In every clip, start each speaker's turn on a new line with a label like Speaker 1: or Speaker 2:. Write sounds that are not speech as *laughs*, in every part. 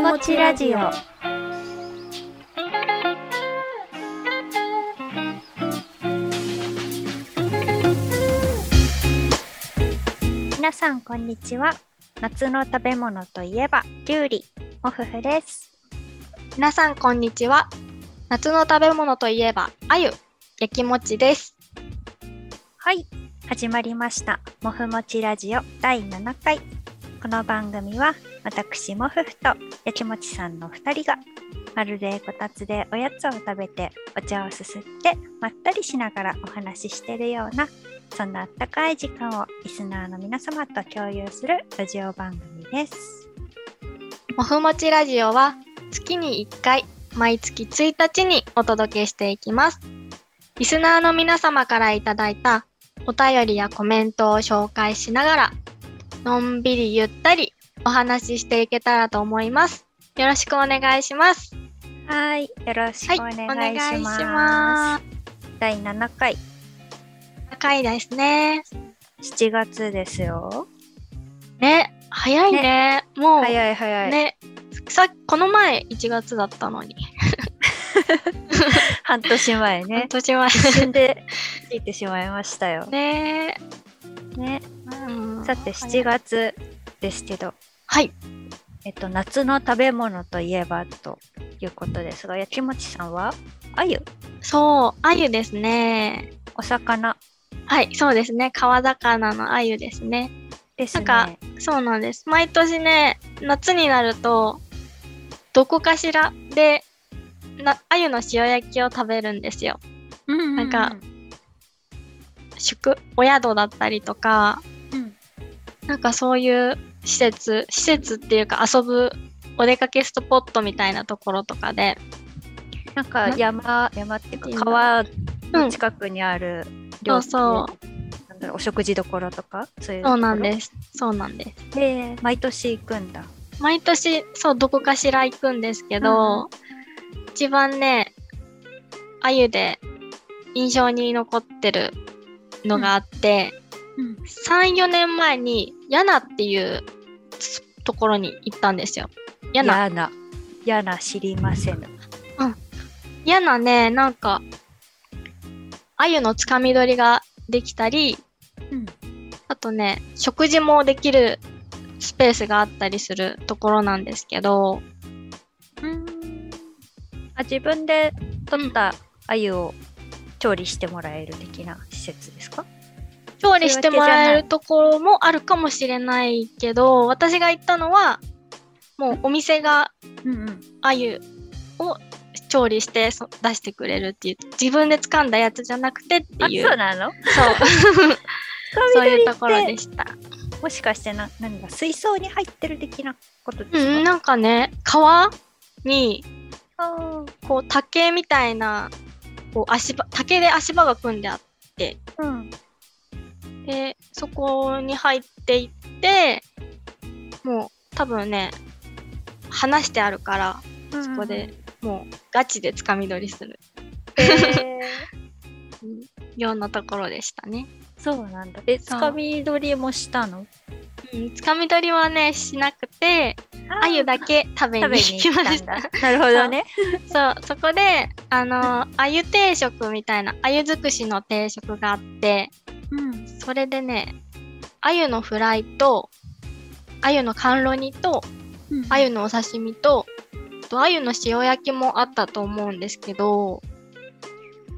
Speaker 1: もちラジオ皆さんこんにちは夏の食べ物といえばきゅうりもふふです
Speaker 2: 皆さんこんにちは夏の食べ物といえばあゆやきもちです
Speaker 1: はい始まりましたもふもちラジオ第7回この番組は私もふふとやきもちさんの2人がまるでこたつでおやつを食べてお茶をすすってまったりしながらお話ししているようなそんなあったかい時間をリスナーの皆様と共有するラジオ番組です。
Speaker 2: もふもちラジオは月に1回毎月1日にお届けしていきますリスナーの皆様からいただいたお便りやコメントを紹介しながらのんびりゆったりお話ししていけたらと思いますよろしくお願いします
Speaker 1: はい、よろしくお願いします。
Speaker 2: す
Speaker 1: 第7回、
Speaker 2: 高いですね
Speaker 1: 7月ですよ。
Speaker 2: ね早いねもう
Speaker 1: 早い早い。
Speaker 2: ね、さこの前1月だったのに、
Speaker 1: 半年前
Speaker 2: 半
Speaker 1: ね。
Speaker 2: 年前
Speaker 1: 一瞬で過ぎてしまいましたよ。
Speaker 2: ね、
Speaker 1: ね。
Speaker 2: うん
Speaker 1: さて7月ですけど、
Speaker 2: はい
Speaker 1: えっと、夏の食べ物といえばということですがやきもちさんはあゆ
Speaker 2: そうあゆですね
Speaker 1: お魚
Speaker 2: はいそうですね川魚のあゆですね
Speaker 1: ですね
Speaker 2: なんそうなんです毎年ね夏になるとどこかしらでなあゆの塩焼きを食べるんですよ
Speaker 1: うんうん
Speaker 2: なんか宿お宿だったりとか
Speaker 1: うん
Speaker 2: なんかそういう施設施設っていうか遊ぶお出かけスポットみたいなところとかで
Speaker 1: なんか山山っていうか
Speaker 2: いいな
Speaker 1: 川
Speaker 2: う
Speaker 1: の
Speaker 2: ん
Speaker 1: 近くにある
Speaker 2: そ
Speaker 1: 料
Speaker 2: うそう
Speaker 1: なんだろうお食事どころとかそういう
Speaker 2: そうなんですす。そうなんで
Speaker 1: で毎年行くんだ
Speaker 2: す。毎年、そう、どこかしら行くんですけど、一番ね、あゆで印象に残ってるのがあって、
Speaker 1: うん
Speaker 2: 3、4年前に、ヤナっていうつところに行ったんですよ。ヤナ。
Speaker 1: やなやな知りません
Speaker 2: ヤナね、なんか、あゆのつかみ取りができたり、
Speaker 1: うん
Speaker 2: あとね、食事もできるスペースがあったりするところなんですけど、
Speaker 1: あ自分で取った鮎を調理してもらえる的な施設ですか
Speaker 2: 調理してもらえるところもあるかもしれないけど私が行ったのはもうお店が
Speaker 1: うんうん
Speaker 2: 鮎を調理してそ出してくれるっていう自分で掴んだやつじゃなくてっていう
Speaker 1: あそうなの
Speaker 2: そう *laughs* そういうところでした、
Speaker 1: もしかしてな何か水槽に入ってる的なことです
Speaker 2: う
Speaker 1: か、
Speaker 2: ん、なんかね川に
Speaker 1: あ
Speaker 2: こう竹みたいなこう足場竹で足場が組んであっ
Speaker 1: ーうん
Speaker 2: でそこに入っていってもう多分ね話してあるからそこでもうガチでつかみ取りする
Speaker 1: へー *laughs*
Speaker 2: ようなところでしたね。
Speaker 1: そうなんだえつ
Speaker 2: そう
Speaker 1: かみ取りもしたの
Speaker 2: うん、つかみ取りはねしなくてあゆだけ食べに
Speaker 1: 食べ
Speaker 2: 行
Speaker 1: に
Speaker 2: き
Speaker 1: 行
Speaker 2: ま
Speaker 1: った
Speaker 2: し
Speaker 1: ん
Speaker 2: た。
Speaker 1: だ *laughs* なるほどね
Speaker 2: そうそこであのあゆ定食みたいなあゆ尽くしの定食があって
Speaker 1: うん
Speaker 2: それでねあゆのフライとあゆの甘露煮とあゆのお刺身と、あとあゆの塩焼きもあったと思うんですけど、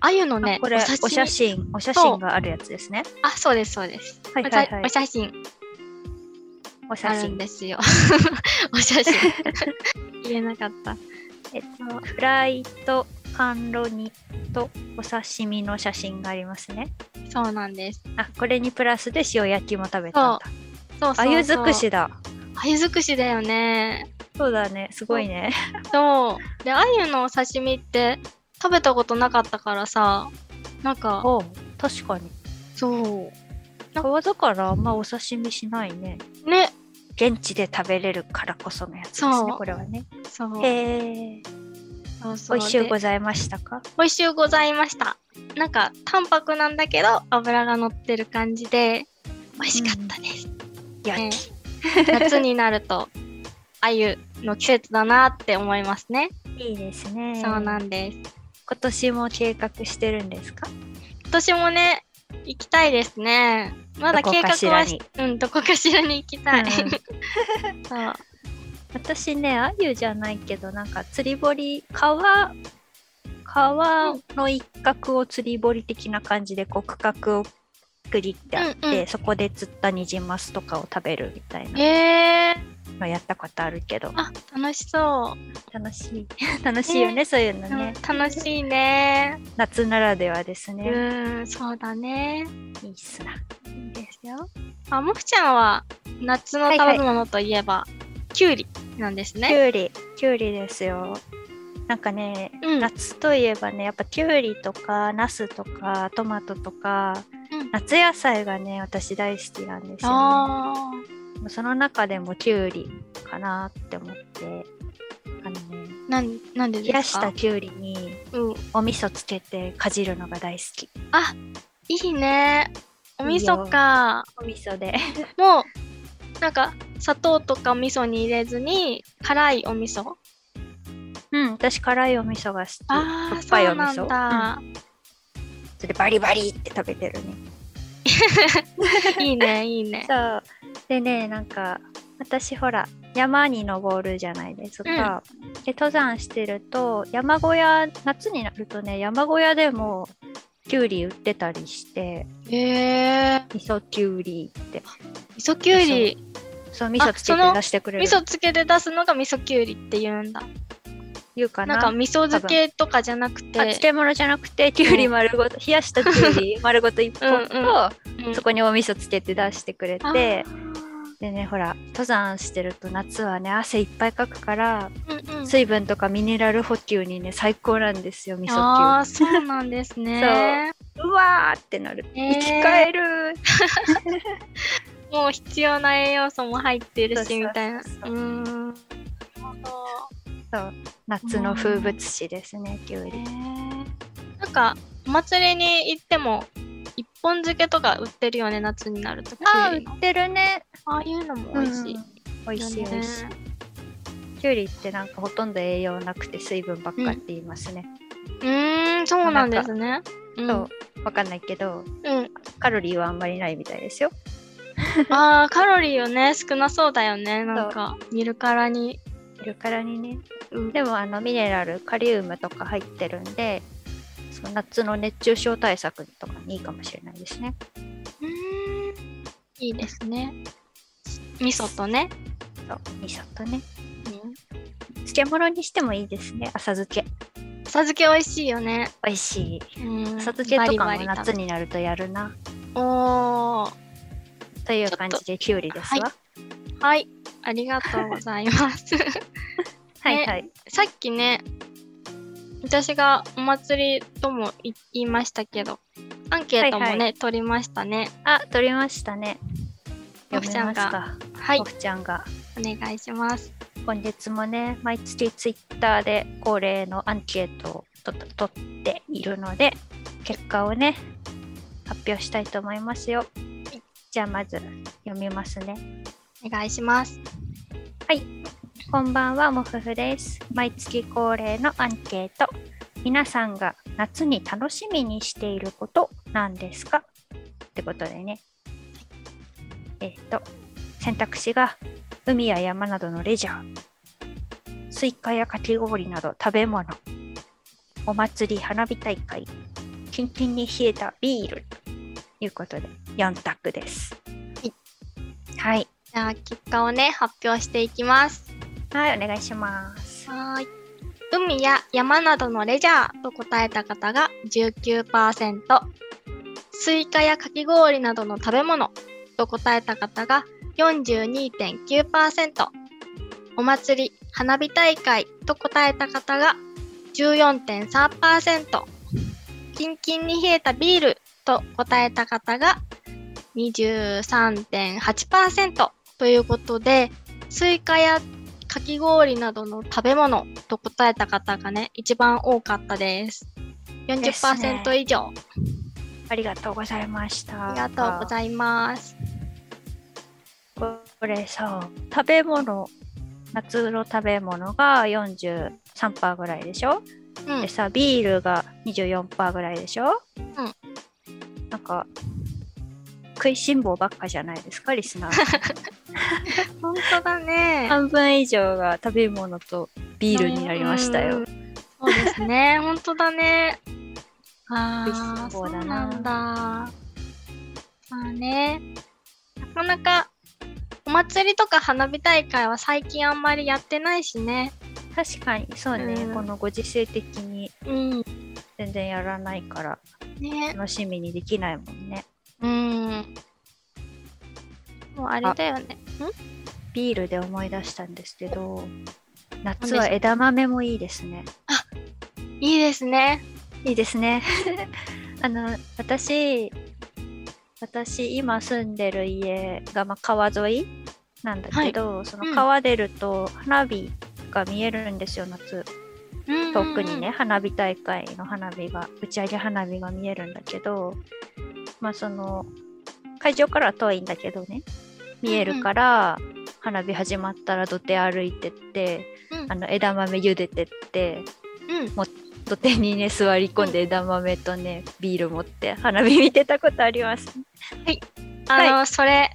Speaker 2: あゆのね
Speaker 1: あ、これお写
Speaker 2: 真。
Speaker 1: 真お写真があるやつですね
Speaker 2: あ、そうです、そうです。
Speaker 1: はい
Speaker 2: お
Speaker 1: はい
Speaker 2: 写
Speaker 1: はい
Speaker 2: お写真
Speaker 1: お写
Speaker 2: あるん
Speaker 1: 真
Speaker 2: ですよ。 *laughs* お写真。
Speaker 1: *laughs*
Speaker 2: 言えなかった。
Speaker 1: えっとフライと甘露煮とお刺身の写真がありますね
Speaker 2: そうなんです。
Speaker 1: あこれにプラスで塩焼きも食べたんだ
Speaker 2: そうそうそう。
Speaker 1: あゆ尽く。しだ
Speaker 2: あゆ尽くしだよね。
Speaker 1: そうだねすごいね
Speaker 2: そう。で、あゆのお刺身って食べたことなかったからさ、なんか、
Speaker 1: おう確かに
Speaker 2: そ
Speaker 1: 川魚あんまお刺身しないね
Speaker 2: う。ね、
Speaker 1: 現地で食べれるからこそのやつです
Speaker 2: そ
Speaker 1: ね
Speaker 2: う
Speaker 1: これはね
Speaker 2: そう。
Speaker 1: へえ
Speaker 2: そうそう
Speaker 1: おいしゅう
Speaker 2: で
Speaker 1: ございましたか
Speaker 2: 美味しゅうございましたなんか淡白なんだけど脂が乗ってる感じで美味しかったです、
Speaker 1: 焼
Speaker 2: ね
Speaker 1: き、
Speaker 2: 夏になると鮎の季節だなって思いますね。
Speaker 1: いいですね。
Speaker 2: そうなんです。
Speaker 1: 今年も計画してるんですか
Speaker 2: 今年もね、行きたいですね。まだ
Speaker 1: どこ
Speaker 2: 計画
Speaker 1: か
Speaker 2: は
Speaker 1: しら
Speaker 2: し
Speaker 1: に
Speaker 2: うん、どこかしらに行きたい。
Speaker 1: うん
Speaker 2: そう。
Speaker 1: 私ね、アユじゃないけど、なんか釣り堀、川、川の一角を釣り堀的な感じで、こう区画をくりってあって、
Speaker 2: うんうん
Speaker 1: そこで釣ったニジマスとかを食べるみたいな
Speaker 2: えー、
Speaker 1: のやったことあるけど、
Speaker 2: あ、楽しそう。
Speaker 1: 楽しい。 *laughs* 楽しいよね、そういうのね。
Speaker 2: うん楽しいね。
Speaker 1: 夏ならではですね。
Speaker 2: うん、そうだね。
Speaker 1: いいっすな。
Speaker 2: いいですよ。あ、もふちゃんは夏の食べ物といえば、きゅうりなんです
Speaker 1: き
Speaker 2: ね。
Speaker 1: ゅうり、きゅうりですよ。なんかね、
Speaker 2: うん
Speaker 1: 夏といえばね、やっぱきゅうりとか、ナスとか、トマトとか、
Speaker 2: うん
Speaker 1: 夏野菜がね、私大好きなんですよ、ね。
Speaker 2: あ
Speaker 1: その中でもきゅうりかなって思って、あのね、
Speaker 2: ーなん、なんで
Speaker 1: 冷
Speaker 2: で
Speaker 1: や
Speaker 2: す
Speaker 1: し
Speaker 2: か
Speaker 1: た。きゅうりに
Speaker 2: うん、
Speaker 1: お味噌つけてかじるのが大好き。
Speaker 2: いいね。お味
Speaker 1: いい
Speaker 2: 噌
Speaker 1: よ
Speaker 2: か。
Speaker 1: お味噌で。
Speaker 2: もう、なんか、砂糖とか味噌に入れずに、辛いお味噌
Speaker 1: うん、私辛いお味噌が好き。
Speaker 2: ああ、
Speaker 1: 酸っ
Speaker 2: そ
Speaker 1: ぱい
Speaker 2: う
Speaker 1: お味
Speaker 2: なん
Speaker 1: 噌。
Speaker 2: だ。
Speaker 1: うんそれでバリバリって食べてるね。
Speaker 2: いいね、いいね。
Speaker 1: *laughs* そうでねなんか私ほら山に登るじゃないですか、で登山してると山小屋夏になるとね山小屋でもきゅうり売ってたりして
Speaker 2: えー、
Speaker 1: 味噌きゅうりって
Speaker 2: 味噌きゅうり。
Speaker 1: そう味噌つけ
Speaker 2: その
Speaker 1: て出してくれる
Speaker 2: 味噌つけて出すのが味噌きゅうりって言うんだ。
Speaker 1: 言うかな
Speaker 2: なんか味噌漬けとかじゃなく
Speaker 1: あ
Speaker 2: て、
Speaker 1: 漬物じゃなくてきゅうり丸ごと冷やしたきゅう
Speaker 2: *laughs*
Speaker 1: り丸ごと1本と
Speaker 2: うんうん
Speaker 1: そこにお味噌つけて出してくれ
Speaker 2: あ
Speaker 1: て
Speaker 2: ー
Speaker 1: でねほら登山してると夏はね汗いっぱいかくから
Speaker 2: うんうん、
Speaker 1: 水分とかミネラル補給にね最高なんですよ味
Speaker 2: あ
Speaker 1: 噌
Speaker 2: あそうなんですね。
Speaker 1: 給うわーってなる、
Speaker 2: えー
Speaker 1: 生き返る
Speaker 2: もう必要な栄養素も入ってる
Speaker 1: そ
Speaker 2: し
Speaker 1: うそうそう
Speaker 2: みたいな。う
Speaker 1: そう
Speaker 2: ーん。なるほ
Speaker 1: そう夏の風物詩ですねきゅう
Speaker 2: ど。
Speaker 1: り
Speaker 2: なんかお祭りに行っても一本漬けとか売ってるよね夏になるときゅうりの。
Speaker 1: てるね
Speaker 2: ああいうのも
Speaker 1: 美
Speaker 2: 美
Speaker 1: 味
Speaker 2: 味
Speaker 1: し
Speaker 2: し
Speaker 1: い
Speaker 2: い。
Speaker 1: 美味しい美味しいきゅうりってなんかほとんど栄養なくて水分ばっかって言いますね、
Speaker 2: うーんそうなんですね。うん
Speaker 1: そうわかんないけど
Speaker 2: うん、
Speaker 1: カロリーはあんまりないみたいですよ
Speaker 2: あーカロリーよね少なそうだよねなんか煮るからに、
Speaker 1: いるからにね
Speaker 2: うん、
Speaker 1: でもあのミネラルカリウムとか入ってるんでそう夏の熱中症対策とかにいいかもしれないですね
Speaker 2: うーんいいですね。味噌とね。
Speaker 1: そう味噌とね漬物にしてもいいですね浅漬け
Speaker 2: 浅漬け美味しいよね。
Speaker 1: 美味しい
Speaker 2: うん
Speaker 1: 浅漬けとか
Speaker 2: バ
Speaker 1: も
Speaker 2: リバリ食べ
Speaker 1: 夏になるとやるな
Speaker 2: おー
Speaker 1: という感じできゅうりですわ
Speaker 2: はい。ありがとうございます。 *laughs* は
Speaker 1: は
Speaker 2: い
Speaker 1: い
Speaker 2: ね
Speaker 1: はい
Speaker 2: さっきね、私がお祭りとも言いましたけど、アンケートもね、
Speaker 1: はいは
Speaker 2: 取りましたね。
Speaker 1: あ取りましたね
Speaker 2: モフちゃんが
Speaker 1: 読めました
Speaker 2: はい
Speaker 1: モ。フちゃんが
Speaker 2: お願いします。
Speaker 1: 今月もね毎月ツイッターで恒例のアンケートをとと取っているので結果をね発表したいと思いますよじゃあまず読みますね
Speaker 2: お願いします。
Speaker 1: こんばんは、もふふです。毎月恒例のアンケート。皆さんが夏に楽しみにしていることなんですかってことでね。えっ、と、選択肢が海や山などのレジャー、スイカやかき氷など食べ物、お祭り花火大会、キンキンに冷えたビールということで4択です。はい。
Speaker 2: じゃあ、結果をね、発表していきます。
Speaker 1: はい、お願いします。
Speaker 2: はーい。海や山などのレジャーと答えた方が19%、スイカやかき氷などの食べ物と答えた方が42.9%、お祭り、花火大会と答えた方が14.3%、キンキンに冷えたビールと答えた方が23.8%ということで、スイカやかき氷などの食べ物と答えた方がね、一番多かったです。
Speaker 1: です
Speaker 2: 40%
Speaker 1: ね
Speaker 2: 以上。
Speaker 1: ありがとうございました。
Speaker 2: ありがとうございます。
Speaker 1: これさ、食べ物夏の食べ物が43%ぐらいでしょ、
Speaker 2: うん
Speaker 1: でさビールが24%ぐらいでしょ、なんか食いしん坊ばっかじゃないですかリ
Speaker 2: *laughs*
Speaker 1: スナー
Speaker 2: 本当だ *laughs* ね。
Speaker 1: 半分以上が食べ物とビールになりました
Speaker 2: う
Speaker 1: よ
Speaker 2: ん。そうです
Speaker 1: *laughs*
Speaker 2: ね、本当だね。ああ、
Speaker 1: 美味し
Speaker 2: そ
Speaker 1: そううだ
Speaker 2: な
Speaker 1: なん
Speaker 2: だ。まあね、なかなかお祭りとか花火大会は最近あんまりやってないしね。
Speaker 1: 確かにそうね、
Speaker 2: うん
Speaker 1: このご時世的に
Speaker 2: うん。
Speaker 1: 全然やらないから
Speaker 2: ね。
Speaker 1: 楽しみにできないもんね
Speaker 2: うん。もうあれだよね。
Speaker 1: ビールで思い出したんですけど
Speaker 2: 何
Speaker 1: 夏
Speaker 2: です
Speaker 1: は
Speaker 2: か
Speaker 1: 枝豆もいいですね
Speaker 2: いいですね。
Speaker 1: いいですね *laughs* あの私私今住んでる家がまあ川沿いなんだけど、そ
Speaker 2: うん
Speaker 1: の川出ると花火が見えるんですよ夏
Speaker 2: うん
Speaker 1: 遠くにね。花火大会の花火が打ち上げ花火が見えるんだけどまあその会場からは遠いんだけどね見えるから、花火始まったら土手歩いてって
Speaker 2: うん
Speaker 1: あの枝豆茹でてって
Speaker 2: うん。
Speaker 1: 土手にね座り込んで枝豆とねビール持って花火見てたことあります
Speaker 2: あの、それ、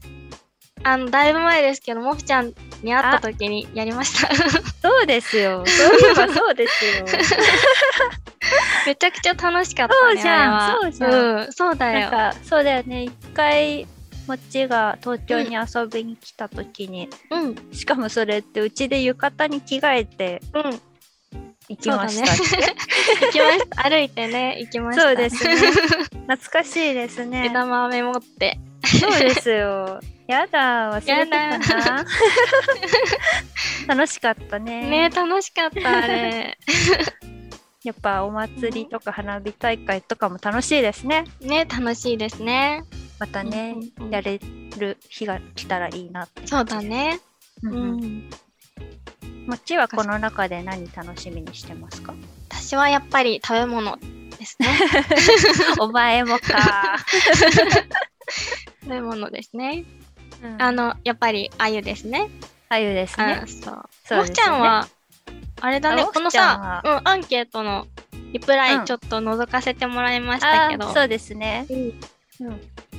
Speaker 2: あの、だいぶ前ですけど、もふちゃんに会った時にやりました。
Speaker 1: そうですよそういえばそうで
Speaker 2: *laughs*
Speaker 1: すよ
Speaker 2: めちゃくちゃ楽しかったね。
Speaker 1: そうじゃん
Speaker 2: あれは
Speaker 1: そうじゃ
Speaker 2: うん、そうだ
Speaker 1: なん
Speaker 2: よ。
Speaker 1: かそうだよね一回もっちが東京に遊びに来た時に、
Speaker 2: うん、うん。
Speaker 1: しかもそれってうちで浴衣に着替えて
Speaker 2: 行
Speaker 1: 行きましたってそう,、
Speaker 2: きました。歩いてね、行きました。
Speaker 1: です *laughs* ね懐かしいですね
Speaker 2: 枝豆持って。
Speaker 1: そうですよやだ忘れてたな *laughs* 楽しかった
Speaker 2: ね、楽しかった、あれ。
Speaker 1: やっぱお祭りとか花火大会とかも楽しいですね。
Speaker 2: ね、楽しいですね。
Speaker 1: またね、
Speaker 2: うんうん
Speaker 1: やれる日が来たらいいなって。
Speaker 2: そうだね。
Speaker 1: う
Speaker 2: うん
Speaker 1: うん。
Speaker 2: ん。
Speaker 1: もっちはこの中で何楽しみにしてますか
Speaker 2: 私はやっぱり食べ物ですね。
Speaker 1: *laughs* お前もか。
Speaker 2: 食べ物ですね。あ
Speaker 1: あの、
Speaker 2: の、やっぱり鮎ですね。
Speaker 1: あゆですね
Speaker 2: あ。そう。
Speaker 1: そう
Speaker 2: も
Speaker 1: で
Speaker 2: ふ
Speaker 1: すよね
Speaker 2: ちゃんは、あれだね
Speaker 1: あ、
Speaker 2: この
Speaker 1: もふちゃん
Speaker 2: さ
Speaker 1: は、
Speaker 2: うん、アンケートのリプラ
Speaker 1: う
Speaker 2: イ
Speaker 1: ん
Speaker 2: ちょっと覗かせてもらいました
Speaker 1: あ
Speaker 2: けど、
Speaker 1: そうですね。うん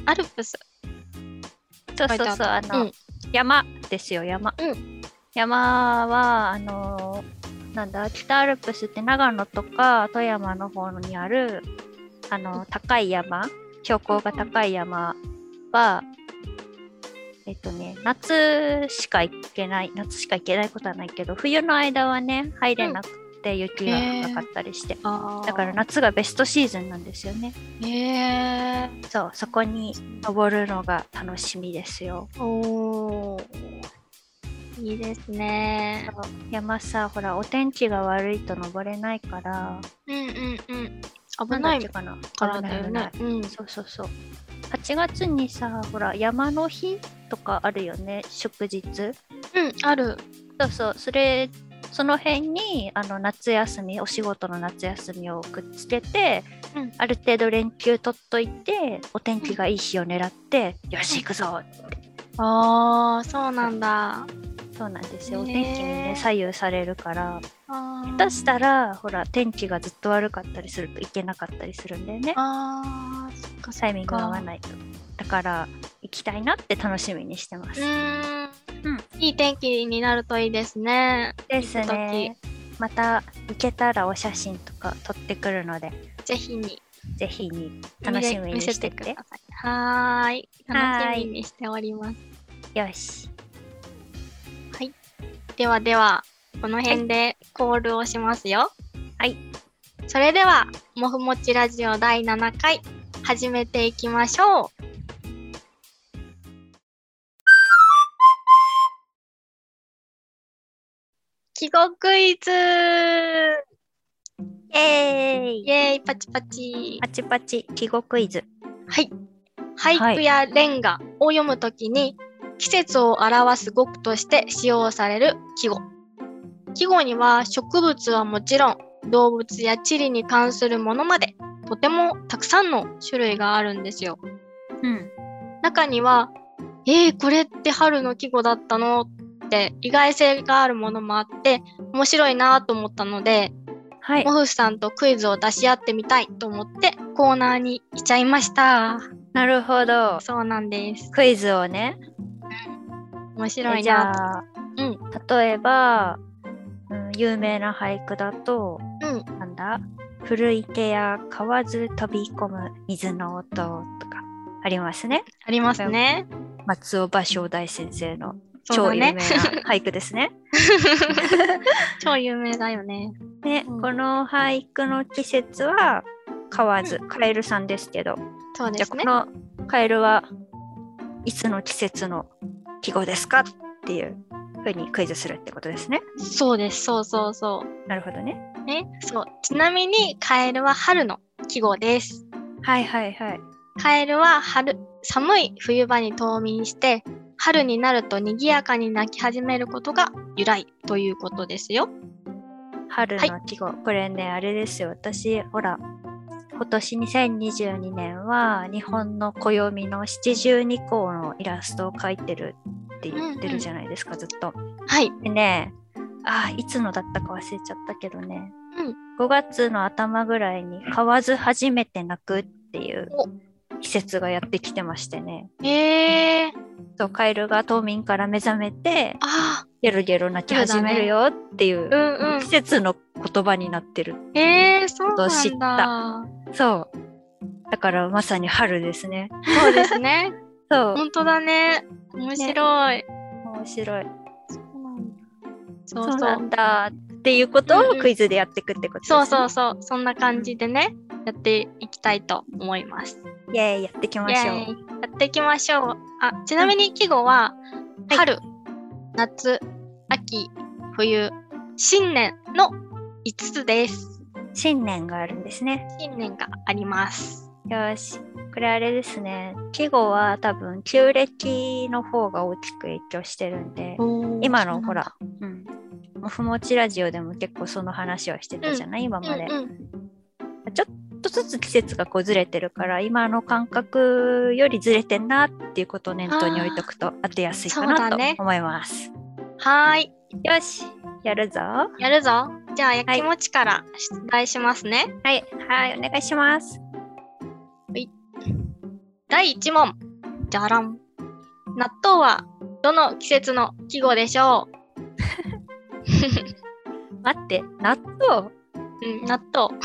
Speaker 2: アルプス。
Speaker 1: そうそうそう、あの、
Speaker 2: うん
Speaker 1: 山ですよ、山。
Speaker 2: う
Speaker 1: 山は、あのーなんだ、北アルプスって長野とか富山の方にある、あのー高い山、標高が高い山は、えっとね、夏しか行けない、夏しか行けないことはないけど、冬の間はね、入れなくて、雪がなかったりして、
Speaker 2: あー
Speaker 1: だから夏がベストシーズンなんですよね。
Speaker 2: へえ
Speaker 1: そう、そこに登るのが楽しみですよ。
Speaker 2: おーいいですね
Speaker 1: 山さほらお天気が悪いと登れないから
Speaker 2: うんうんうん危
Speaker 1: 何
Speaker 2: な
Speaker 1: だっ
Speaker 2: い
Speaker 1: けかな
Speaker 2: からだよ
Speaker 1: 危な
Speaker 2: ね
Speaker 1: い
Speaker 2: うん
Speaker 1: そうそうそう8月にさほら山の日とかあるよね祝日
Speaker 2: うんある
Speaker 1: そうそうそれその辺にあの夏休みお仕事の夏休みをくっつけて、
Speaker 2: うん
Speaker 1: ある程度連休取っといてお天気がいい日を狙って、よし行くぞ
Speaker 2: あーそうなんだ
Speaker 1: そうなんですよ、
Speaker 2: ね
Speaker 1: お天気にね左右されるから
Speaker 2: あ
Speaker 1: 下手したらほら天気がずっと悪かったりするといけなかったりするんだよね
Speaker 2: あーそっかそっか
Speaker 1: タイミングが合わないと。だから行きたいなって楽しみにしてま
Speaker 2: う
Speaker 1: す。
Speaker 2: ーん
Speaker 1: うん
Speaker 2: いい天気になるといいですね
Speaker 1: ですね。また行けたらお写真とか撮ってくるので、
Speaker 2: ぜひに
Speaker 1: ぜひに楽しみにしてて。
Speaker 2: 見せくださいはーい
Speaker 1: は
Speaker 2: 楽
Speaker 1: ーい
Speaker 2: しみにしております
Speaker 1: よし。
Speaker 2: ではではこの辺でコールをしますよ
Speaker 1: はい
Speaker 2: それではもふもちラジオ第7回始めていきましょう記号クイズイエ
Speaker 1: イエー
Speaker 2: ー
Speaker 1: イ
Speaker 2: イパチパチ
Speaker 1: パチパチ記号クイズ。
Speaker 2: はい俳句やレンガを読むときに、季節を表す語句として使用される季語季語には植物はもちろん動物や地理に関するものまでとてもたくさんの種類があるんですよ
Speaker 1: うん。
Speaker 2: 中には「えー、これって春の季語だったの?」て意外性があるものもあって面白いなと思ったので、
Speaker 1: はい
Speaker 2: モ。フさんとクイズを出し合ってみたいと思ってコーナーにしちゃいました。
Speaker 1: なるほど。
Speaker 2: そうなんです。
Speaker 1: クイズをね。
Speaker 2: 面白い
Speaker 1: じゃ
Speaker 2: な
Speaker 1: あ、
Speaker 2: うん
Speaker 1: 例えば、うん、有名な俳句だと、
Speaker 2: うん
Speaker 1: なんだ古い手や買わず飛び込む水の音とかありますね。
Speaker 2: ありますね。
Speaker 1: 松尾芭蕉大先生の
Speaker 2: そう
Speaker 1: 超
Speaker 2: だ
Speaker 1: 有名
Speaker 2: ね
Speaker 1: な。俳句ですね。
Speaker 2: 超有名だよね。
Speaker 1: ね、
Speaker 2: うん
Speaker 1: この俳句の季節は買わず、カエルさんですけど、
Speaker 2: そう
Speaker 1: じ
Speaker 2: で
Speaker 1: ゃあ
Speaker 2: す
Speaker 1: こ
Speaker 2: ね。
Speaker 1: のカエルはいつの季節の季語ですかっていうふうにクイズするってことですね。
Speaker 2: そうです。そうそうそ
Speaker 1: なるほどね。
Speaker 2: う。ね。そう。ちなみにカエルは春の季語です。
Speaker 1: はいはいはい。
Speaker 2: カエルは春、寒い冬場に冬眠して、春になると賑やかに鳴き始めることが由来ということですよ。
Speaker 1: 春の季語、これねあれですよ私ほら今年2022年は日本の暦の七十二項のイラストを描いてるって言ってるじゃないですか、ずっと。
Speaker 2: はい。
Speaker 1: でねあいつのだったか忘れちゃったけどね、
Speaker 2: うん
Speaker 1: 5月の頭ぐらいに「買わず初めて泣く」っていう
Speaker 2: お
Speaker 1: 季節がやってきてましてね
Speaker 2: えー、
Speaker 1: そうカエルが冬眠から目覚めて
Speaker 2: あ
Speaker 1: ゲロゲロ泣き始めるよってい
Speaker 2: ー、
Speaker 1: う
Speaker 2: うんうん
Speaker 1: 季。節の言葉になってる
Speaker 2: えー、そう
Speaker 1: ことを知っ
Speaker 2: なんだ。
Speaker 1: そう。だからまさに春ですね。
Speaker 2: そうですね。
Speaker 1: そう。
Speaker 2: 本当だね。面白い。
Speaker 1: 面白い。
Speaker 2: そ
Speaker 1: そう
Speaker 2: うそ
Speaker 1: な。
Speaker 2: うん
Speaker 1: だっていうこと
Speaker 2: う
Speaker 1: を
Speaker 2: んうん
Speaker 1: クイズでやっていくってことです、ね
Speaker 2: そうそうそう。そんな感じでね、やっていきたいと思います。
Speaker 1: イェーイ、やっていきま
Speaker 2: イ
Speaker 1: しょう。
Speaker 2: エーイやっていきましょう。あ、ちなみに季語は、
Speaker 1: はい
Speaker 2: 春、夏、秋、冬、新年の5つです。
Speaker 1: 新年があるんですね。
Speaker 2: 新年があります。
Speaker 1: よし。これあれですね。季語は多分旧暦の方が大きく影響してるんで、今のほら、うん。もふもちラジオでも結構その話をしてたじゃない、今
Speaker 2: そうな
Speaker 1: ま
Speaker 2: ん
Speaker 1: で。
Speaker 2: だ、
Speaker 1: ち
Speaker 2: うんうん
Speaker 1: ょっとずつ季節がこうずれてるから、今の感覚よりずれてんなっていうことを念頭に置いとくと当てやすいか
Speaker 2: そう
Speaker 1: な
Speaker 2: だ
Speaker 1: と
Speaker 2: ね
Speaker 1: 思います。
Speaker 2: はーい。
Speaker 1: よし、やるぞ。は
Speaker 2: やるぞ。じゃあ、やきもちから出題しますね。
Speaker 1: い、はい、お願いします。
Speaker 2: 第1問。じゃらん。納豆はどの季節の季語でしょ
Speaker 1: *laughs* 待って、納豆
Speaker 2: う、うん、納豆。
Speaker 1: 納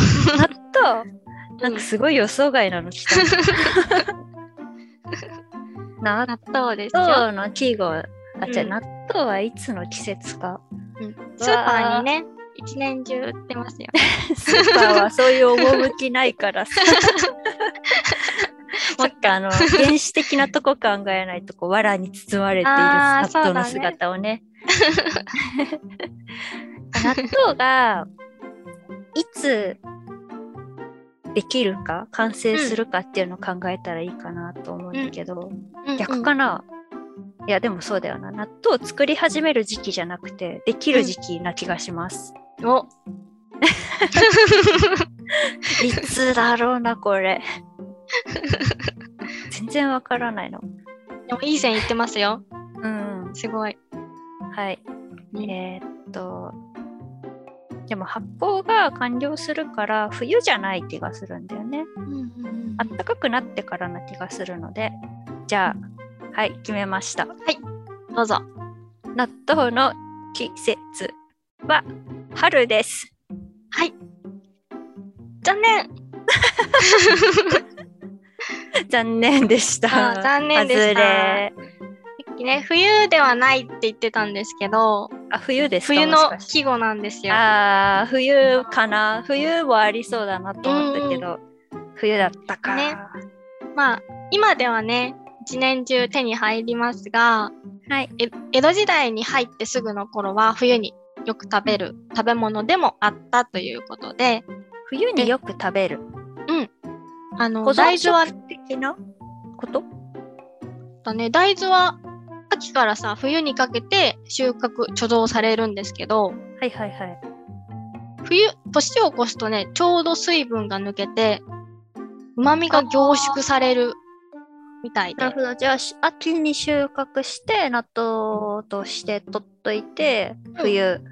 Speaker 1: 豆
Speaker 2: う
Speaker 1: なん
Speaker 2: ん
Speaker 1: かすごい予想外なの来
Speaker 2: *laughs*
Speaker 1: た。納
Speaker 2: 納豆ですよ。
Speaker 1: 豆の季語、あ、じゃ
Speaker 2: う
Speaker 1: あ
Speaker 2: ん
Speaker 1: 納豆はいつの季節か。
Speaker 2: スーパーにね、一年中売ってますよ。
Speaker 1: スーパーはそういう趣ない *laughs* からさ。もっとあの原始的なとこ考えないとこう藁に包まれている
Speaker 2: あー
Speaker 1: 納豆の
Speaker 2: そうだね
Speaker 1: 姿をね納豆がいつできるか完成するかっていうのを考えたらいいかなと思うんだけど、逆か
Speaker 2: な。
Speaker 1: な、いやでもそうだよな納豆を作り始める時期じゃなくてできる時期な気がします、
Speaker 2: お、
Speaker 1: いつだろうな、こ
Speaker 2: *laughs*
Speaker 1: れ。全然わからないの。
Speaker 2: *laughs* でもいい線いってますよ。
Speaker 1: うん。
Speaker 2: すごい。
Speaker 1: はい。
Speaker 2: うん
Speaker 1: えーっと。でも発酵が完了するから冬じゃない気がするんだよね。あったかくなってからな気がするので。じゃあ、はい、決めました。
Speaker 2: どうぞ。
Speaker 1: 納豆の季節は春です。 *laughs*
Speaker 2: 残念。
Speaker 1: 残念でした。
Speaker 2: あー残念でした
Speaker 1: 外れ
Speaker 2: さっきね、 *laughs* 冬ではないって言ってたんですけど、
Speaker 1: あ、冬ですか
Speaker 2: 冬
Speaker 1: もし
Speaker 2: の
Speaker 1: かして
Speaker 2: 季語なんですよ。
Speaker 1: ああ、冬かな。冬もありそうだなと思ったけど、冬だったか。
Speaker 2: ねまあ、今ではね、一年中手に入りますが、
Speaker 1: はい。
Speaker 2: え江戸時代に入ってすぐの頃は冬によく食べる食べ物でもあったということで、
Speaker 1: 冬によく食べる。
Speaker 2: あの
Speaker 1: 保
Speaker 2: 大
Speaker 1: 存
Speaker 2: 豆は
Speaker 1: 食的なこと
Speaker 2: だね、大豆は秋からさ冬にかけて収穫貯蔵されるんですけど、
Speaker 1: はいはいはい。
Speaker 2: 冬年を越すとねちょうど水分が抜けて旨味が凝縮されるみたい
Speaker 1: な
Speaker 2: で
Speaker 1: る。ほど。じゃあ、し秋に収穫して、納豆として取っといて、冬、ん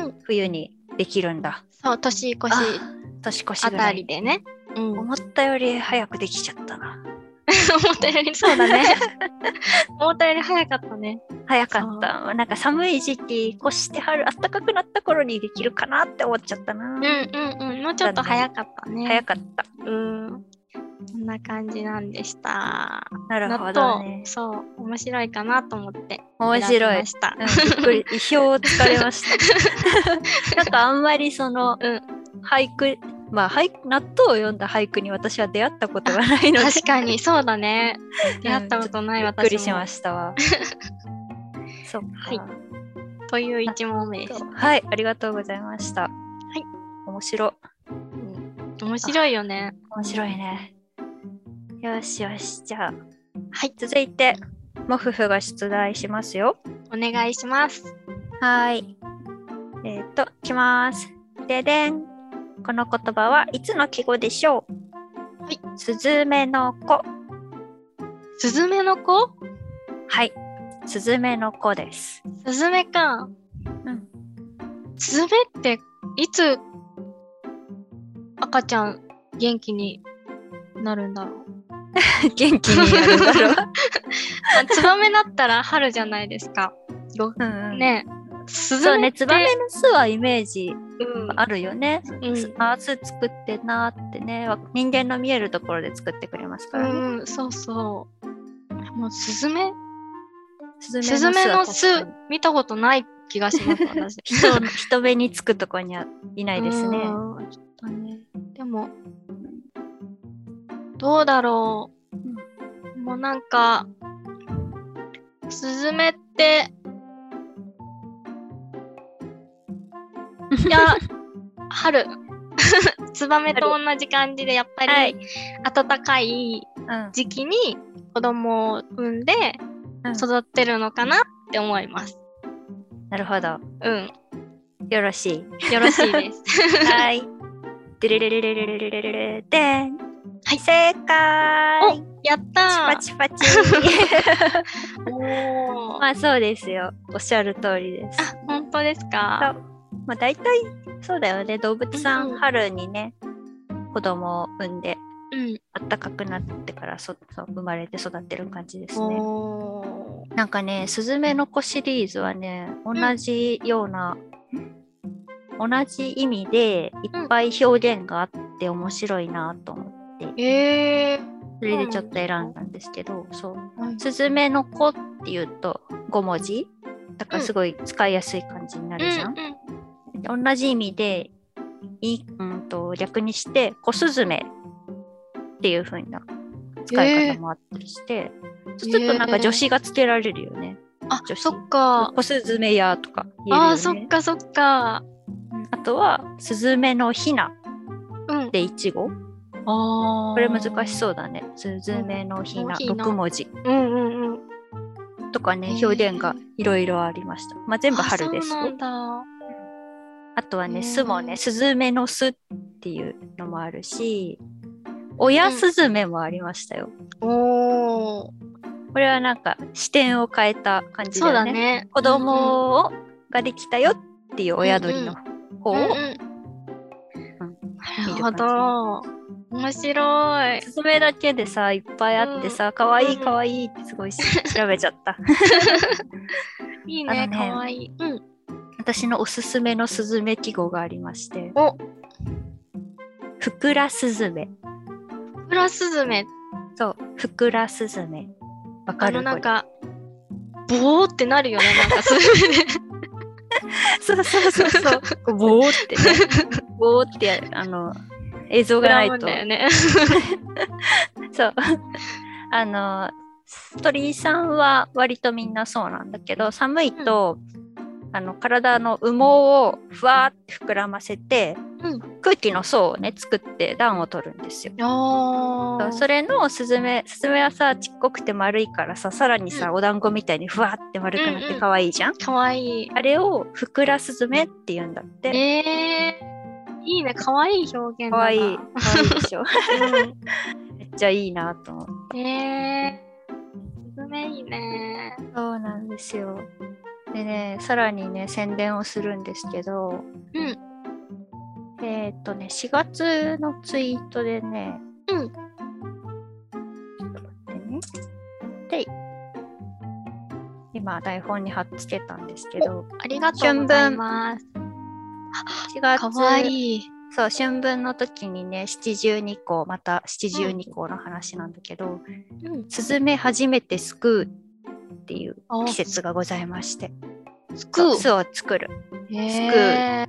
Speaker 2: うん
Speaker 1: 冬にできるんだ。
Speaker 2: そう、年越し
Speaker 1: あ年越し
Speaker 2: あ
Speaker 1: ぐら
Speaker 2: た
Speaker 1: い
Speaker 2: り。でね。うん、 *laughs* 思
Speaker 1: 思ったより早くできちゃったな。
Speaker 2: ったよりそうだね。 *laughs* 思ったより早かったね。
Speaker 1: *laughs* 早かった。なんか寒い時期、越して春、暖かくなった頃にできるかなって思っちゃったな。
Speaker 2: うんうんうん。もうちょっと早かったね。
Speaker 1: 早かった。
Speaker 2: うん。そんな感じなんでした。
Speaker 1: なるほ
Speaker 2: 納
Speaker 1: ど
Speaker 2: 豆、
Speaker 1: ね。
Speaker 2: そう、面白いかなと思って。
Speaker 1: 面
Speaker 2: 選
Speaker 1: 白
Speaker 2: び
Speaker 1: い
Speaker 2: ま。した。
Speaker 1: うんびっくり。意表をつかれました。 *laughs* なんかあんまりその、
Speaker 2: うん
Speaker 1: 俳句、まあ俳納豆を読んだ俳句に私は出会ったことがないので、
Speaker 2: 確か
Speaker 1: *laughs*
Speaker 2: に、そうだね。出会ったことない
Speaker 1: びっ
Speaker 2: 私も。
Speaker 1: くりしましたわ。そっか。
Speaker 2: はいという一問目です。
Speaker 1: はい、ありがとうございました。はい。面白。
Speaker 2: 面白いよね。
Speaker 1: 面白いね。よしよし、じゃあ、
Speaker 2: はい、
Speaker 1: 続いて、モフフが出題しますよ。
Speaker 2: お願いします。
Speaker 1: はい。えっ、と、いきます。ででん。この言葉はいつの季語でしょう
Speaker 2: はい。
Speaker 1: すずめの子。
Speaker 2: スズメの子
Speaker 1: はい。すずめの子です。
Speaker 2: スズメか。
Speaker 1: うん。
Speaker 2: スズメって、いつ赤ちゃん元気になるんだろう。
Speaker 1: *laughs* 元気にやるんだろう。
Speaker 2: あツバメだったら春じゃないですか。ご
Speaker 1: *laughs* うんうん。
Speaker 2: ねえ。ス
Speaker 1: そ
Speaker 2: ズ
Speaker 1: う
Speaker 2: メっ
Speaker 1: ね、
Speaker 2: て
Speaker 1: ツバメの巣はイメージ
Speaker 2: うん
Speaker 1: あるよね。
Speaker 2: うん
Speaker 1: 巣あ巣作ってんなーってね、わ人間の見えるところで作ってくれますからね。
Speaker 2: うん、そうそう。もうスズメ
Speaker 1: ス
Speaker 2: スズメの
Speaker 1: は
Speaker 2: 巣
Speaker 1: 確かに
Speaker 2: 見たことない気がし
Speaker 1: *laughs*
Speaker 2: ます、私。
Speaker 1: 人人目につくとこにはいないです *laughs* ね。
Speaker 2: うんちょっとね。でも、どうだろう。もうなんか、スズメって、いや、春。 *laughs* ツバメと同じ感じで、やっぱ
Speaker 1: は
Speaker 2: り
Speaker 1: い
Speaker 2: 暖かい
Speaker 1: うん
Speaker 2: 時期に子供を産んで
Speaker 1: うん
Speaker 2: 育ってるのかなって思います。
Speaker 1: なるほど。
Speaker 2: うん、
Speaker 1: よろしい。
Speaker 2: よろしいです。
Speaker 1: *laughs* はい。でれれれれれれれれれれでん。はい、正解。
Speaker 2: やった
Speaker 1: パ
Speaker 2: ー
Speaker 1: チパチパチ。
Speaker 2: おー
Speaker 1: まあそうですよ。おっしゃる通りです。
Speaker 2: あ、本当ですか
Speaker 1: まあ大体そうだよね。動物さ
Speaker 2: うん
Speaker 1: ん
Speaker 2: うん
Speaker 1: 春にね、子供を産んで、
Speaker 2: うん。
Speaker 1: 暖かくなってからそそう生まれて育ってる感じですね。
Speaker 2: おー
Speaker 1: なんかね、スズメの子シリーズはね、同じような、同じ意味でいっぱい表現があって面白いなと思って、
Speaker 2: えー。
Speaker 1: それでちょっと選んだんですけど、そう。
Speaker 2: うん
Speaker 1: スズメの子っていうと5文字だ
Speaker 2: う
Speaker 1: から
Speaker 2: ん
Speaker 1: すごい使いやすい感じになるじゃん。同じ意味で、いうんと逆にして、子スズメっていう風な使い方もあったりして、ちょっとなんか女子がつけられるよね。
Speaker 2: あ
Speaker 1: 女、子
Speaker 2: そっか。
Speaker 1: コスズメやとか言えるよ、ね、
Speaker 2: あー、そっかそっか。
Speaker 1: うんあとはスズメのヒナ
Speaker 2: うん。
Speaker 1: でイチゴ
Speaker 2: あ
Speaker 1: これ難しそうだねスズメのヒ
Speaker 2: うん
Speaker 1: ナ
Speaker 2: ヒナ
Speaker 1: 6文字
Speaker 2: う。うんうんうん。
Speaker 1: とかね
Speaker 2: へー
Speaker 1: 表現がいろいろありましたまあ全部春です
Speaker 2: あそう
Speaker 1: よ
Speaker 2: なんだ。
Speaker 1: あとは
Speaker 2: へ
Speaker 1: ね
Speaker 2: ー
Speaker 1: 巣もねスズメの巣っていうのもあるし親スズメもありましたよ、
Speaker 2: おー。
Speaker 1: これはなんか視点を変えた感じだ
Speaker 2: そう
Speaker 1: よ
Speaker 2: だ
Speaker 1: ね
Speaker 2: ね。
Speaker 1: 子供をができたよっていう親鳥の方
Speaker 2: うんうん。う
Speaker 1: を
Speaker 2: んうんなるほど。面白い。
Speaker 1: スズメだけでさいっぱいあってさ、かわいい
Speaker 2: うん
Speaker 1: かわいいってすごいし調べち
Speaker 2: *laughs*
Speaker 1: ゃった
Speaker 2: いい
Speaker 1: あの
Speaker 2: ね、
Speaker 1: ね
Speaker 2: かわいい。うん。
Speaker 1: 私のおすすめのスズメ記号がありまして
Speaker 2: お
Speaker 1: ふくらスズメ
Speaker 2: プラスズメ
Speaker 1: そうふくらスズメわか
Speaker 2: あ
Speaker 1: る
Speaker 2: のなん
Speaker 1: こ
Speaker 2: か、ボーってなるよね、なん *laughs* かスズメで。
Speaker 1: れ *laughs* そうそうそうそうこうボ
Speaker 2: *laughs*
Speaker 1: ーってねボーってあの映像がな
Speaker 2: *laughs*
Speaker 1: い
Speaker 2: 膨らむん
Speaker 1: と
Speaker 2: だよね。
Speaker 1: そうあの鳥さんは割とみんなそうなんだけど寒いと、あの体の羽毛をふわーって膨らませて、
Speaker 2: うん
Speaker 1: 空気の層をね作って暖を取るんですよ。
Speaker 2: あ
Speaker 1: そうそれのスズメスズメはさちっこくて丸いからささらにさ、
Speaker 2: う
Speaker 1: お団子みたいにふわって丸くなっ
Speaker 2: うんう
Speaker 1: て
Speaker 2: ん
Speaker 1: 可愛いじゃん、
Speaker 2: かわいい。
Speaker 1: あれをふくらスズメって言うんだって
Speaker 2: えー、いいね、かわいい表現だな。
Speaker 1: *laughs* 可愛い可愛いでしょ
Speaker 2: う
Speaker 1: めっちゃいいなと思うん
Speaker 2: えスメインね。
Speaker 1: そうなんですよ。でね、さらにね、宣伝をするんですけど、
Speaker 2: うん。
Speaker 1: えーっとね、4月のツイートでね、
Speaker 2: うん
Speaker 1: ちょっと待ってね。で、今、台本に貼っつけたんですけど、
Speaker 2: ありがとうございます。
Speaker 1: 4月
Speaker 2: かわいい。
Speaker 1: そう、春分の時にね、七十二校、また七十二校の話なんだけど、
Speaker 2: うん。
Speaker 1: スズメ初めてすくうっていう
Speaker 2: あ
Speaker 1: 季節がございまして、
Speaker 2: すくう。
Speaker 1: 巣を作る。
Speaker 2: へー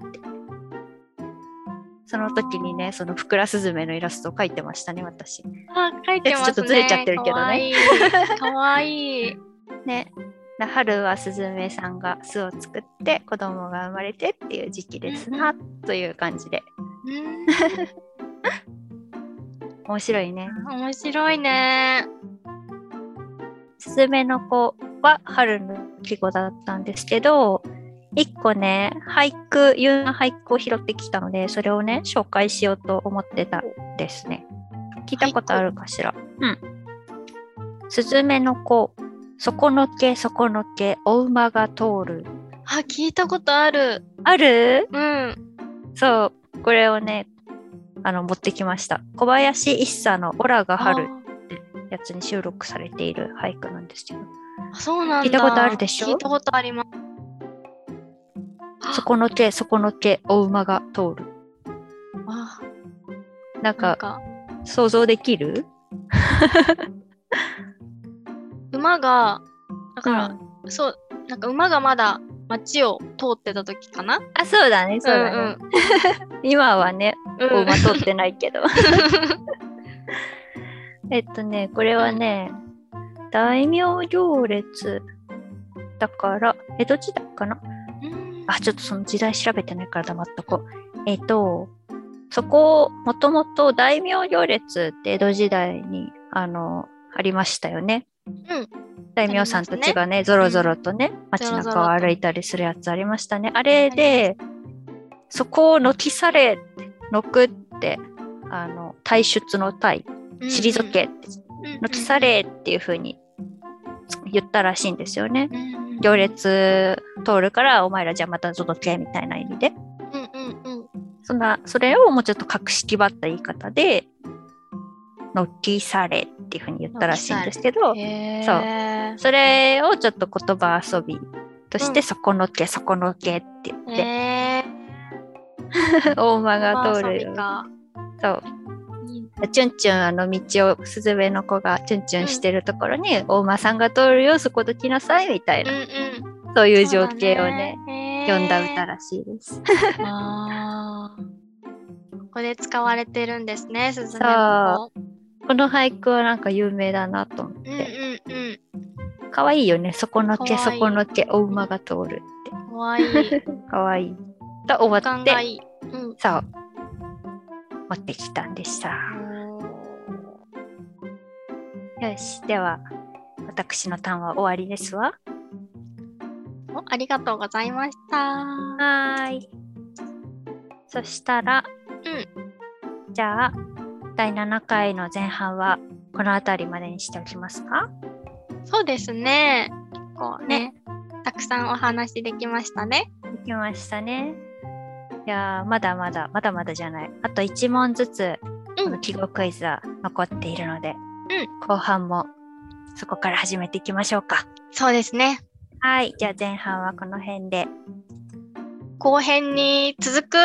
Speaker 1: その時にね、そのふくらすずめのイラストを描いてましたね、私。
Speaker 2: あ、書いてますね。
Speaker 1: ちょっとずれちゃってるけどね
Speaker 2: かわいい。かわいい。
Speaker 1: ね。な春はすずめさんが巣を作って子供が生まれてっていう時期ですな、という感じで。
Speaker 2: うん
Speaker 1: 面白いね。
Speaker 2: 面白いね。
Speaker 1: スズメの子は春の季語だったんですけど、一個ね、俳句、有名な俳句を拾ってきたので、それをね、紹介しようと思ってたんですね。聞いたことあるかしらうん。スズメの子、底のけ、底のけ、お馬が通る。
Speaker 2: あ、聞いたことある。
Speaker 1: ある
Speaker 2: うん。
Speaker 1: そう、これをね、あの、持ってきました。小林一茶のオラが春やつに収録されている俳句なんですけど、
Speaker 2: あ。そうなんだ。
Speaker 1: 聞いたことあるでしょ
Speaker 2: 聞いたことあります。
Speaker 1: 底のけ、底のけ、お馬が通る。
Speaker 2: あ
Speaker 1: なん
Speaker 2: なん
Speaker 1: か
Speaker 2: か、
Speaker 1: 想像できる
Speaker 2: 馬が、だか
Speaker 1: う
Speaker 2: ら、そう、なんか馬がまだ街を通ってた時かな
Speaker 1: あそうだねそうだね、今はね
Speaker 2: うんうん。うん
Speaker 1: 馬通ってない *laughs* けどえっとねこれはね大名行列だから江戸時代かな
Speaker 2: うん
Speaker 1: あちょっとその時代調べてないから黙っとこうえっとそこをもともと大名行列って江戸時代にあのありましたよね
Speaker 2: うん。
Speaker 1: 大名さんたちがね、ゾロゾロとね、街
Speaker 2: ゾロゾ
Speaker 1: 中
Speaker 2: ロ
Speaker 1: を
Speaker 2: と
Speaker 1: 歩いたりするやつありましたね。あれで、そこを軒され、軒って、あの、退出の退、退けって、軒されっていう風に言ったらしいんですよね。
Speaker 2: うんうんうん
Speaker 1: 行列通るから、お前らじゃあまた届けみたいな意味で。
Speaker 2: うんうんうん
Speaker 1: そんな、それをもうちょっと格式ばった言い方で、軒されっていう風に言ったらしいんですけど、
Speaker 2: へ
Speaker 1: そう
Speaker 2: ー
Speaker 1: それをちょっと言葉遊びとし
Speaker 2: う
Speaker 1: て、
Speaker 2: ん
Speaker 1: そこのけ、そこのけって言って、
Speaker 2: へ
Speaker 1: *laughs* 大馬
Speaker 2: ー
Speaker 1: が通
Speaker 2: わさ
Speaker 1: る
Speaker 2: び
Speaker 1: よ。
Speaker 2: か
Speaker 1: そう。
Speaker 2: いいね
Speaker 1: チュンチュン、あの道を、スズメの子がチュンチュンしてるところに、大馬さんが通るよ、そこどきなさい、みたいな、
Speaker 2: うんうん
Speaker 1: そういう情景をね、
Speaker 2: 読
Speaker 1: 読んだ歌らしいです。
Speaker 2: あーここで使われてるんですねすずめの子
Speaker 1: この俳句はなんか有名だなと思っ
Speaker 2: うん
Speaker 1: て。
Speaker 2: うんう
Speaker 1: 可愛いよね、そこのけ、
Speaker 2: 可愛
Speaker 1: そ
Speaker 2: い
Speaker 1: このけ、大馬が通る。
Speaker 2: んかわいい
Speaker 1: 可愛いと思
Speaker 2: 感
Speaker 1: っ
Speaker 2: が
Speaker 1: て、
Speaker 2: いいうん
Speaker 1: そう、持ってきたんでした。よし、では、私のターンは終わりですわ。
Speaker 2: おありがとうございました
Speaker 1: はーい。そしたら、うん。じゃあ、第7回の前半は、この辺りまでにしておきますか
Speaker 2: そうですね結構ねたくさんお話できましたね
Speaker 1: できましたね。いやー、まだまだ、まだまだじゃない。あと1問ずつ、
Speaker 2: うん
Speaker 1: この記号クイズは残っているので、後半も、そこから始めていきましょうか。
Speaker 2: そうですね
Speaker 1: はい。じゃあ前半はこの辺で。
Speaker 2: 後編に続く